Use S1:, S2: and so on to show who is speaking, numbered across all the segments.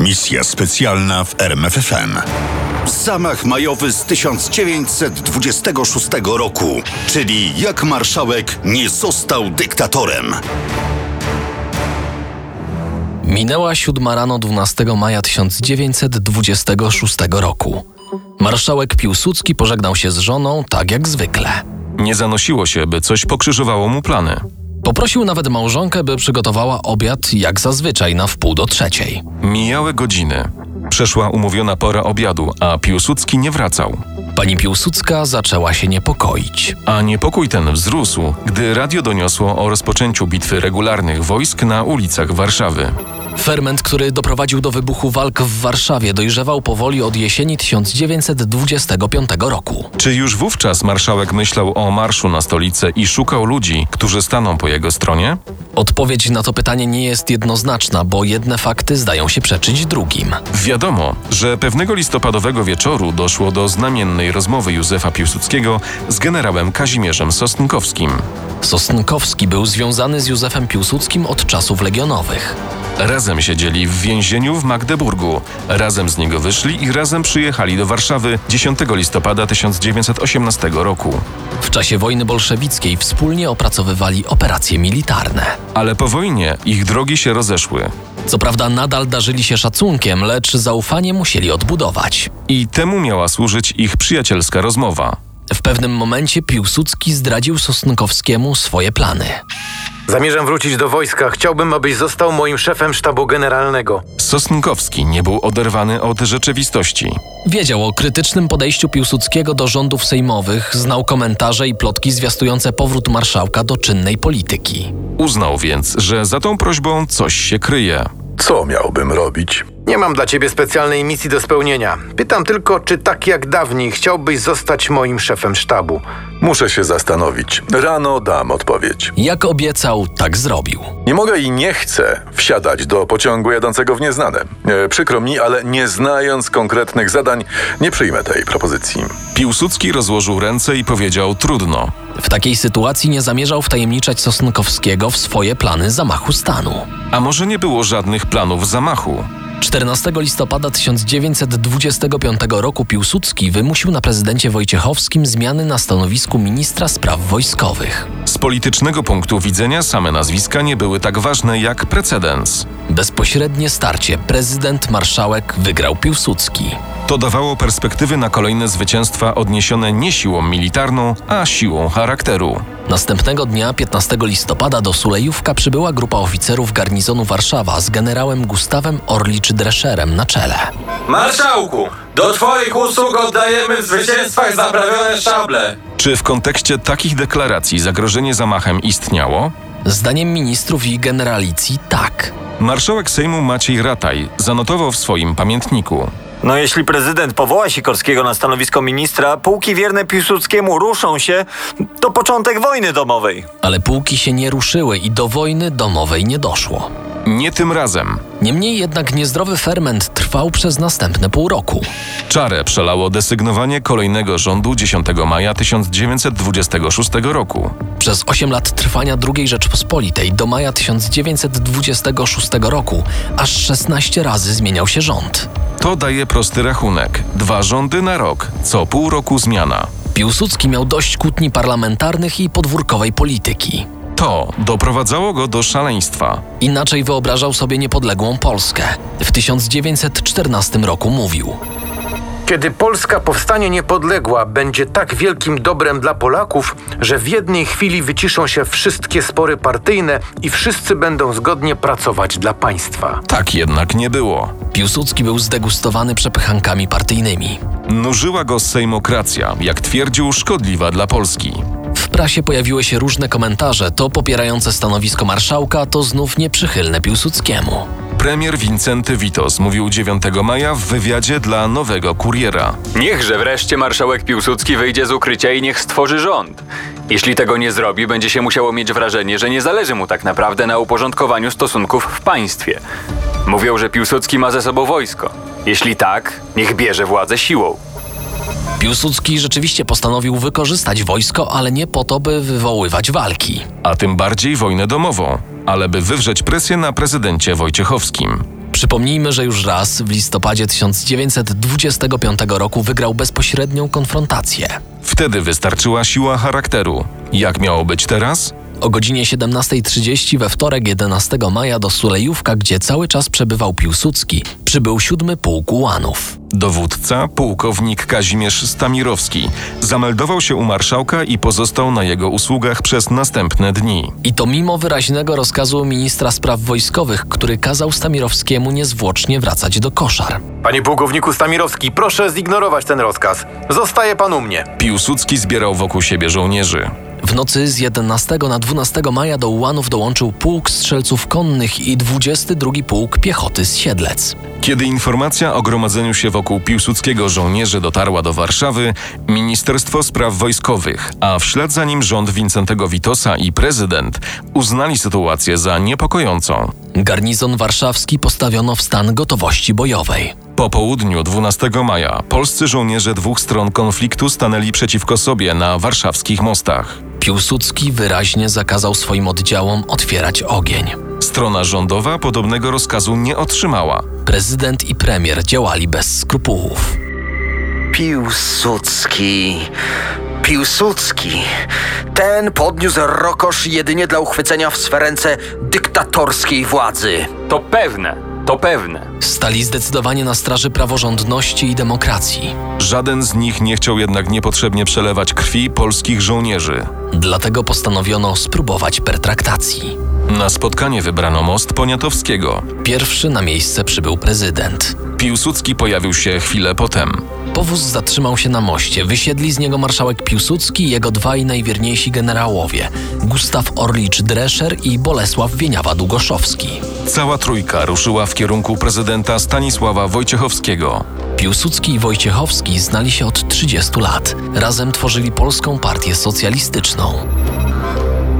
S1: Misja specjalna w RMFFM. Zamach majowy z 1926 roku, czyli jak marszałek nie został dyktatorem.
S2: Minęła siódma rano 12 maja 1926 roku. Marszałek Piłsudski pożegnał się z żoną tak jak zwykle.
S3: Nie zanosiło się, by coś pokrzyżowało mu plany.
S2: Poprosił nawet małżonkę, by przygotowała obiad jak zazwyczaj na wpół do trzeciej.
S3: Mijały godziny. Przeszła umówiona pora obiadu, a Piłsudski nie wracał.
S2: Pani Piłsudska zaczęła się niepokoić.
S3: A niepokój ten wzrósł, gdy radio doniosło o rozpoczęciu bitwy regularnych wojsk na ulicach Warszawy.
S2: Ferment, który doprowadził do wybuchu walk w Warszawie, dojrzewał powoli od jesieni 1925 roku.
S3: Czy już wówczas marszałek myślał o marszu na stolicę i szukał ludzi, którzy staną po jego stronie?
S2: Odpowiedź na to pytanie nie jest jednoznaczna, bo jedne fakty zdają się przeczyć drugim.
S3: Wiadomo, że pewnego listopadowego wieczoru doszło do znamiennej rozmowy Józefa Piłsudskiego z generałem Kazimierzem Sosnkowskim.
S2: Sosnkowski był związany z Józefem Piłsudskim od czasów legionowych.
S3: Razem siedzieli w więzieniu w Magdeburgu, razem z niego wyszli i razem przyjechali do Warszawy 10 listopada 1918 roku.
S2: W czasie wojny bolszewickiej wspólnie opracowywali operacje militarne.
S3: Ale po wojnie ich drogi się rozeszły.
S2: Co prawda nadal darzyli się szacunkiem, lecz zaufanie musieli odbudować.
S3: I temu miała służyć ich przyjacielska rozmowa.
S2: W pewnym momencie Piłsudski zdradził Sosnkowskiemu swoje plany.
S4: Zamierzam wrócić do wojska. Chciałbym, abyś został moim szefem sztabu generalnego.
S3: Sosnkowski nie był oderwany od rzeczywistości.
S2: Wiedział o krytycznym podejściu Piłsudskiego do rządów sejmowych, znał komentarze i plotki zwiastujące powrót marszałka do czynnej polityki.
S3: Uznał więc, że za tą prośbą coś się kryje.
S5: Co miałbym robić?
S4: Nie mam dla ciebie specjalnej misji do spełnienia. Pytam tylko, czy tak jak dawniej chciałbyś zostać moim szefem sztabu.
S5: Muszę się zastanowić. Rano dam odpowiedź.
S2: Jak obiecał, tak zrobił.
S5: Nie mogę i nie chcę wsiadać do pociągu jadącego w nieznane. E, przykro mi, ale nie znając konkretnych zadań, nie przyjmę tej propozycji.
S3: Piłsudski rozłożył ręce i powiedział trudno.
S2: W takiej sytuacji nie zamierzał wtajemniczać Sosnkowskiego w swoje plany zamachu stanu.
S3: A może nie było żadnych planów zamachu?
S2: 14 listopada 1925 roku Piłsudski wymusił na prezydencie Wojciechowskim zmiany na stanowisku ministra spraw wojskowych.
S3: Z politycznego punktu widzenia same nazwiska nie były tak ważne jak precedens.
S2: Bezpośrednie starcie prezydent-marszałek wygrał Piłsudski.
S3: To dawało perspektywy na kolejne zwycięstwa odniesione nie siłą militarną, a siłą charakteru.
S2: Następnego dnia, 15 listopada, do Sulejówka przybyła grupa oficerów garnizonu Warszawa z generałem Gustawem Orlicz-Drescherem na czele.
S6: Marszałku, do Twoich usług oddajemy w zwycięstwach zaprawione szable.
S3: Czy w kontekście takich deklaracji zagrożenie zamachem istniało?
S2: Zdaniem ministrów i generalicji tak.
S3: Marszałek Sejmu Maciej Rataj zanotował w swoim pamiętniku.
S7: No jeśli prezydent powoła Sikorskiego na stanowisko ministra, pułki wierne Piłsudskiemu ruszą się, to początek wojny domowej.
S2: Ale pułki się nie ruszyły i do wojny domowej nie doszło.
S3: Nie tym razem.
S2: Niemniej jednak niezdrowy ferment trwał przez następne pół roku.
S3: Czarę przelało desygnowanie kolejnego rządu 10 maja 1926 roku.
S2: Przez 8 lat trwania II Rzeczpospolitej do maja 1926 roku aż 16 razy zmieniał się rząd.
S3: To daje prosty rachunek. Dwa rządy na rok, co pół roku zmiana.
S2: Piłsudski miał dość kłótni parlamentarnych i podwórkowej polityki.
S3: To doprowadzało go do szaleństwa.
S2: Inaczej wyobrażał sobie niepodległą Polskę. W 1914 roku mówił:
S4: Kiedy Polska powstanie niepodległa, będzie tak wielkim dobrem dla Polaków, że w jednej chwili wyciszą się wszystkie spory partyjne i wszyscy będą zgodnie pracować dla państwa.
S3: Tak jednak nie było.
S2: Piłsudski był zdegustowany przepychankami partyjnymi.
S3: Nużyła go sejmokracja, jak twierdził, szkodliwa dla Polski.
S2: W prasie pojawiły się różne komentarze, to popierające stanowisko marszałka, to znów nieprzychylne Piłsudskiemu.
S3: Premier Wincenty Witos mówił 9 maja w wywiadzie dla Nowego Kuriera.
S6: Niechże wreszcie marszałek Piłsudski wyjdzie z ukrycia i niech stworzy rząd. Jeśli tego nie zrobi, będzie się musiało mieć wrażenie, że nie zależy mu tak naprawdę na uporządkowaniu stosunków w państwie. Mówią, że Piłsudski ma ze sobą wojsko. Jeśli tak, niech bierze władzę siłą.
S2: Piłsudski rzeczywiście postanowił wykorzystać wojsko, ale nie po to, by wywoływać walki.
S3: a tym bardziej wojnę domową, ale by wywrzeć presję na prezydencie Wojciechowskim.
S2: Przypomnijmy, że już raz w listopadzie 1925 roku wygrał bezpośrednią konfrontację.
S3: Wtedy wystarczyła siła charakteru. Jak miało być teraz?
S2: O godzinie 17.30 we wtorek 11 maja do Sulejówka, gdzie cały czas przebywał Piłsudski, przybył siódmy pułk ułanów.
S3: Dowódca, pułkownik Kazimierz Stamirowski, zameldował się u marszałka i pozostał na jego usługach przez następne dni.
S2: I to mimo wyraźnego rozkazu ministra spraw wojskowych, który kazał Stamirowskiemu niezwłocznie wracać do koszar.
S4: Panie pułkowniku Stamirowski, proszę zignorować ten rozkaz. Zostaje pan u mnie.
S3: Piłsudski zbierał wokół siebie żołnierzy.
S2: W nocy z 11 na 12 maja do ułanów dołączył pułk strzelców konnych i 22 pułk piechoty z Siedlec.
S3: Kiedy informacja o gromadzeniu się wokół Piłsudskiego żołnierzy dotarła do Warszawy, Ministerstwo Spraw Wojskowych, a w ślad za nim rząd Wincentego Witosa i prezydent uznali sytuację za niepokojącą.
S2: Garnizon warszawski postawiono w stan gotowości bojowej.
S3: Po południu 12 maja polscy żołnierze dwóch stron konfliktu stanęli przeciwko sobie na warszawskich mostach.
S2: Piłsudski wyraźnie zakazał swoim oddziałom otwierać ogień.
S3: Strona rządowa podobnego rozkazu nie otrzymała.
S2: Prezydent i premier działali bez skrupułów.
S8: Piłsudski. Piłsudski. Ten podniósł rokosz jedynie dla uchwycenia w swe ręce dyktatorskiej władzy.
S6: To pewne, to pewne.
S2: Stali zdecydowanie na straży praworządności i demokracji.
S3: Żaden z nich nie chciał jednak niepotrzebnie przelewać krwi polskich żołnierzy.
S2: Dlatego postanowiono spróbować pertraktacji.
S3: Na spotkanie wybrano most Poniatowskiego.
S2: Pierwszy na miejsce przybył prezydent.
S3: Piłsudski pojawił się chwilę potem.
S2: Powóz zatrzymał się na moście. Wysiedli z niego marszałek Piłsudski i jego dwaj najwierniejsi generałowie Gustaw Orlicz-Drescher i Bolesław Wieniawa-Długoszowski.
S3: Cała trójka ruszyła w kierunku prezydenta Stanisława Wojciechowskiego.
S2: Piłsudski i Wojciechowski znali się od 30 lat. Razem tworzyli Polską Partię Socjalistyczną.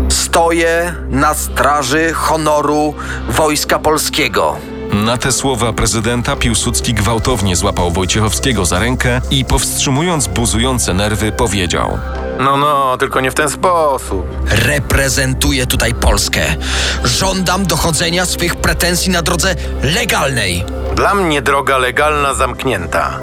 S8: Stoję na straży honoru Wojska Polskiego.
S3: Na te słowa prezydenta Piłsudski gwałtownie złapał Wojciechowskiego za rękę i powstrzymując buzujące nerwy powiedział:
S4: No, no, tylko nie w ten sposób.
S9: Reprezentuję tutaj Polskę. Żądam dochodzenia swych pretensji na drodze legalnej.
S4: Dla mnie droga legalna zamknięta.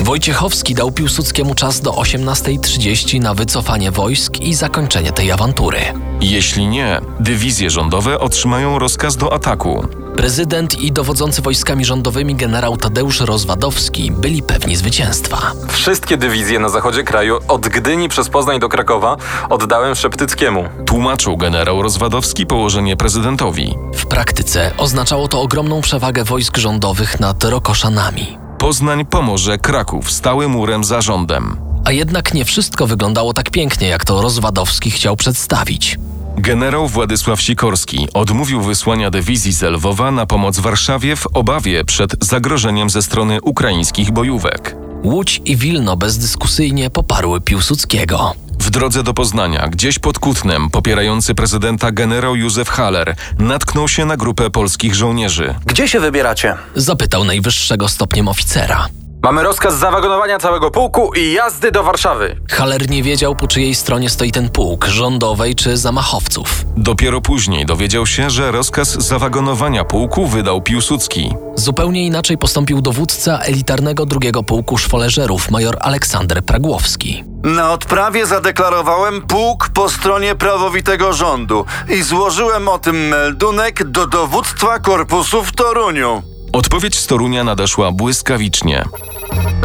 S2: Wojciechowski dał Piłsudskiemu czas do 18.30 na wycofanie wojsk i zakończenie tej awantury.
S3: Jeśli nie, dywizje rządowe otrzymają rozkaz do ataku.
S2: Prezydent i dowodzący wojskami rządowymi generał Tadeusz Rozwadowski byli pewni zwycięstwa.
S6: Wszystkie dywizje na zachodzie kraju, od Gdyni przez Poznań do Krakowa, oddałem Szeptyckiemu.
S3: Tłumaczył generał Rozwadowski położenie prezydentowi.
S2: W praktyce oznaczało to ogromną przewagę wojsk rządowych nad Rokoszanami.
S3: Poznań pomoże Kraków stały murem za rządem.
S2: A jednak nie wszystko wyglądało tak pięknie, jak to Rozwadowski chciał przedstawić.
S3: Generał Władysław Sikorski odmówił wysłania dywizji z Lwowa na pomoc Warszawie w obawie przed zagrożeniem ze strony ukraińskich bojówek.
S2: Łódź i Wilno bezdyskusyjnie poparły Piłsudskiego.
S3: W drodze do Poznania, gdzieś pod Kutnem, popierający prezydenta generał Józef Haller natknął się na grupę polskich żołnierzy.
S4: Gdzie się wybieracie?
S2: Zapytał najwyższego stopniem oficera.
S6: Mamy rozkaz zawagonowania całego pułku i jazdy do Warszawy.
S2: Haller nie wiedział, po czyjej stronie stoi ten pułk rządowej czy zamachowców.
S3: Dopiero później dowiedział się, że rozkaz zawagonowania pułku wydał Piłsudski.
S2: Zupełnie inaczej postąpił dowódca elitarnego drugiego pułku szwoleżerów, major Aleksander Pragłowski.
S10: Na odprawie zadeklarowałem pułk po stronie prawowitego rządu i złożyłem o tym meldunek do dowództwa korpusu w Toruniu.
S3: Odpowiedź z Torunia nadeszła błyskawicznie.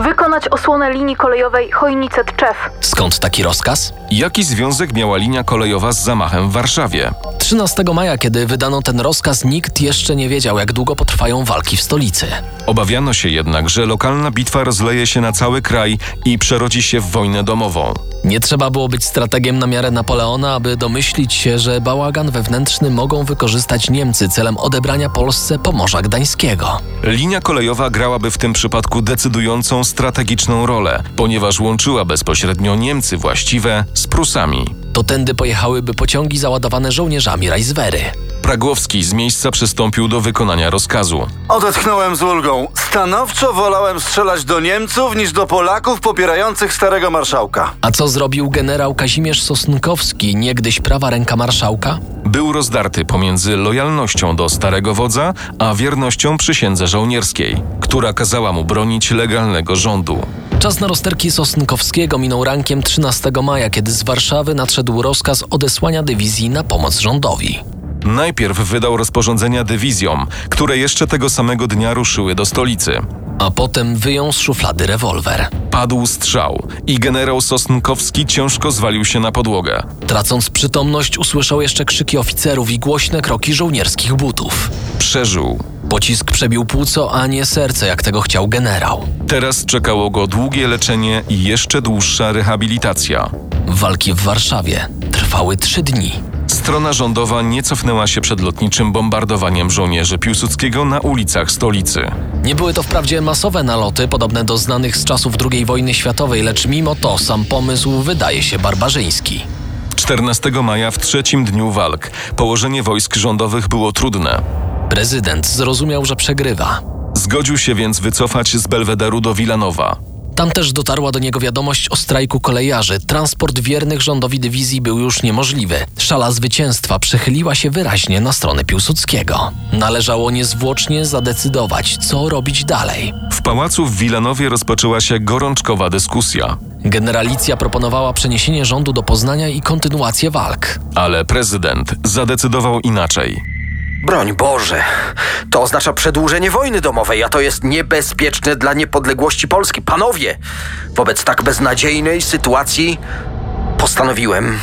S11: Wykonać osłonę linii kolejowej Chojnice-Tczew.
S2: Skąd taki rozkaz?
S3: Jaki związek miała linia kolejowa z zamachem w Warszawie?
S2: 13 maja, kiedy wydano ten rozkaz, nikt jeszcze nie wiedział, jak długo potrwają walki w stolicy.
S3: Obawiano się jednak, że lokalna bitwa rozleje się na cały kraj i przerodzi się w wojnę domową.
S2: Nie trzeba było być strategiem na miarę Napoleona, aby domyślić się, że bałagan wewnętrzny mogą wykorzystać Niemcy celem odebrania Polsce Pomorza Gdańskiego.
S3: Linia kolejowa grałaby w tym przypadku decydującą strategiczną rolę, ponieważ łączyła bezpośrednio Niemcy właściwe z Prusami.
S2: to tędy pojechałyby pociągi załadowane żołnierzami Rajswery.
S3: Pragłowski z miejsca przystąpił do wykonania rozkazu.
S10: Odetchnąłem z ulgą. Stanowczo wolałem strzelać do Niemców niż do Polaków popierających starego marszałka.
S2: A co zrobił generał Kazimierz Sosnkowski, niegdyś prawa ręka marszałka?
S3: Był rozdarty pomiędzy lojalnością do starego wodza, a wiernością przysiędze żołnierskiej, która kazała mu bronić legalnego rządu.
S2: Czas na rozterki Sosnkowskiego minął rankiem 13 maja, kiedy z Warszawy nadszedł rozkaz odesłania dywizji na pomoc rządowi.
S3: Najpierw wydał rozporządzenia dywizjom, które jeszcze tego samego dnia ruszyły do stolicy.
S2: A potem wyjął z szuflady rewolwer.
S3: Padł strzał i generał Sosnkowski ciężko zwalił się na podłogę.
S2: Tracąc przytomność, usłyszał jeszcze krzyki oficerów i głośne kroki żołnierskich butów.
S3: Przeżył.
S2: Pocisk przebił płuco, a nie serce, jak tego chciał generał.
S3: Teraz czekało go długie leczenie i jeszcze dłuższa rehabilitacja.
S2: Walki w Warszawie trwały trzy dni.
S3: Strona rządowa nie cofnęła się przed lotniczym bombardowaniem żołnierzy Piłsudskiego na ulicach stolicy.
S2: Nie były to wprawdzie masowe naloty, podobne do znanych z czasów II wojny światowej, lecz mimo to sam pomysł wydaje się barbarzyński.
S3: 14 maja w trzecim dniu walk położenie wojsk rządowych było trudne.
S2: Prezydent zrozumiał, że przegrywa.
S3: Zgodził się więc wycofać z Belwederu do Wilanowa.
S2: Tam też dotarła do niego wiadomość o strajku kolejarzy. Transport wiernych rządowi dywizji był już niemożliwy. Szala zwycięstwa przechyliła się wyraźnie na stronę Piłsudskiego. Należało niezwłocznie zadecydować, co robić dalej.
S3: W pałacu w Wilanowie rozpoczęła się gorączkowa dyskusja.
S2: Generalicja proponowała przeniesienie rządu do Poznania i kontynuację walk.
S3: Ale prezydent zadecydował inaczej.
S8: Broń Boże, to oznacza przedłużenie wojny domowej, a to jest niebezpieczne dla niepodległości Polski. Panowie, wobec tak beznadziejnej sytuacji postanowiłem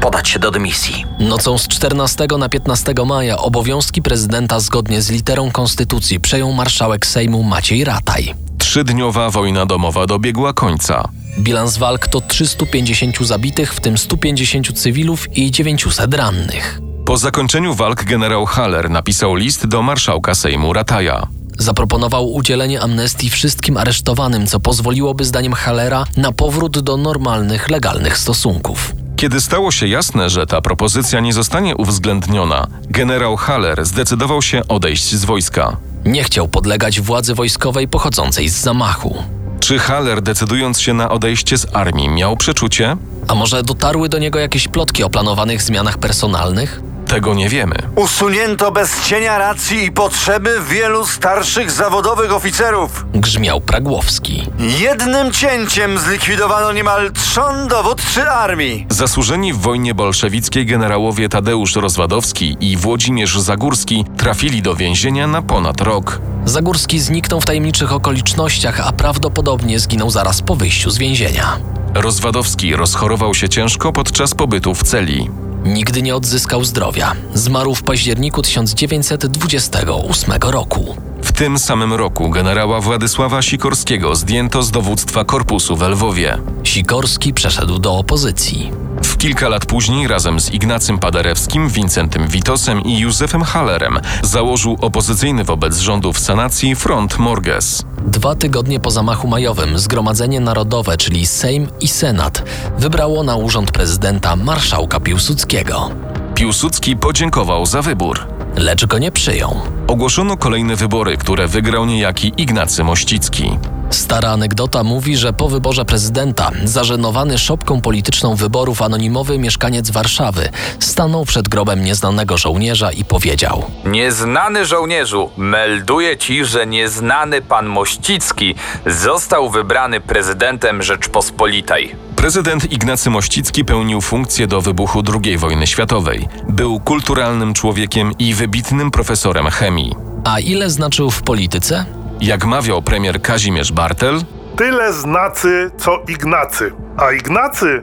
S8: podać się do dymisji.
S2: Nocą z 14 na 15 maja obowiązki prezydenta zgodnie z literą konstytucji przejął marszałek Sejmu Maciej Rataj.
S3: Trzydniowa wojna domowa dobiegła końca.
S2: Bilans walk to 350 zabitych, w tym 150 cywilów i 900 rannych.
S3: Po zakończeniu walk generał Haller napisał list do marszałka Sejmu Rataja.
S2: Zaproponował udzielenie amnestii wszystkim aresztowanym, co pozwoliłoby zdaniem Hallera na powrót do normalnych, legalnych stosunków.
S3: Kiedy stało się jasne, że ta propozycja nie zostanie uwzględniona, generał Haller zdecydował się odejść z wojska.
S2: Nie chciał podlegać władzy wojskowej pochodzącej z zamachu.
S3: Czy Haller, decydując się na odejście z armii, miał przeczucie?
S2: A może dotarły do niego jakieś plotki o planowanych zmianach personalnych?
S3: Tego nie wiemy.
S10: Usunięto bez cienia racji i potrzeby wielu starszych zawodowych oficerów.
S2: Grzmiał Pragłowski.
S10: Jednym cięciem zlikwidowano niemal trzon dowódcy armii.
S3: Zasłużeni w wojnie bolszewickiej generałowie Tadeusz Rozwadowski i Włodzimierz Zagórski trafili do więzienia na ponad rok.
S2: Zagórski zniknął w tajemniczych okolicznościach, a prawdopodobnie zginął zaraz po wyjściu z więzienia.
S3: Rozwadowski rozchorował się ciężko podczas pobytu w celi.
S2: Nigdy nie odzyskał zdrowia. Zmarł w październiku 1928 roku.
S3: W tym samym roku generała Władysława Sikorskiego zdjęto z dowództwa korpusu w Lwowie.
S2: Sikorski przeszedł do opozycji.
S3: W kilka lat później razem z Ignacym Paderewskim, Wincentym Witosem i Józefem Hallerem założył opozycyjny wobec rządów sanacji Front Morges.
S2: Dwa tygodnie po zamachu majowym Zgromadzenie Narodowe, czyli Sejm i Senat, wybrało na urząd prezydenta marszałka Piłsudskiego.
S3: Piłsudski podziękował za wybór.
S2: Lecz go nie przyjął.
S3: Ogłoszono kolejne wybory, które wygrał niejaki Ignacy Mościcki.
S2: Stara anegdota mówi, że po wyborze prezydenta, zażenowany szopką polityczną wyborów anonimowy mieszkaniec Warszawy stanął przed grobem nieznanego żołnierza i powiedział:
S12: Nieznany żołnierzu, melduję ci, że nieznany pan Mościcki został wybrany prezydentem Rzeczpospolitej.
S3: Prezydent Ignacy Mościcki pełnił funkcję do wybuchu II wojny światowej. Był kulturalnym człowiekiem i wybitnym profesorem chemii.
S2: A ile znaczył w polityce?
S3: Jak mawiał premier Kazimierz Bartel,
S13: tyle znacy, co Ignacy, a Ignacy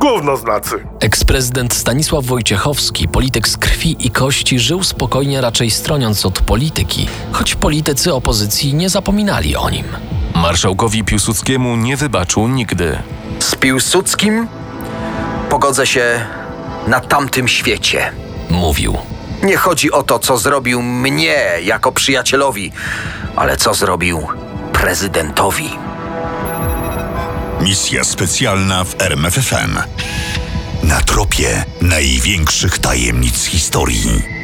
S13: gówno znacy.
S2: Eksprezydent Stanisław Wojciechowski, polityk z krwi i kości, żył spokojnie raczej stroniąc od polityki, choć politycy opozycji nie zapominali o nim.
S3: Marszałkowi Piłsudskiemu nie wybaczył nigdy.
S8: Z Piłsudskim pogodzę się na tamtym świecie,
S2: mówił.
S8: Nie chodzi o to, co zrobił mnie jako przyjacielowi, ale co zrobił prezydentowi.
S1: Misja specjalna w RMFFM. na tropie największych tajemnic historii.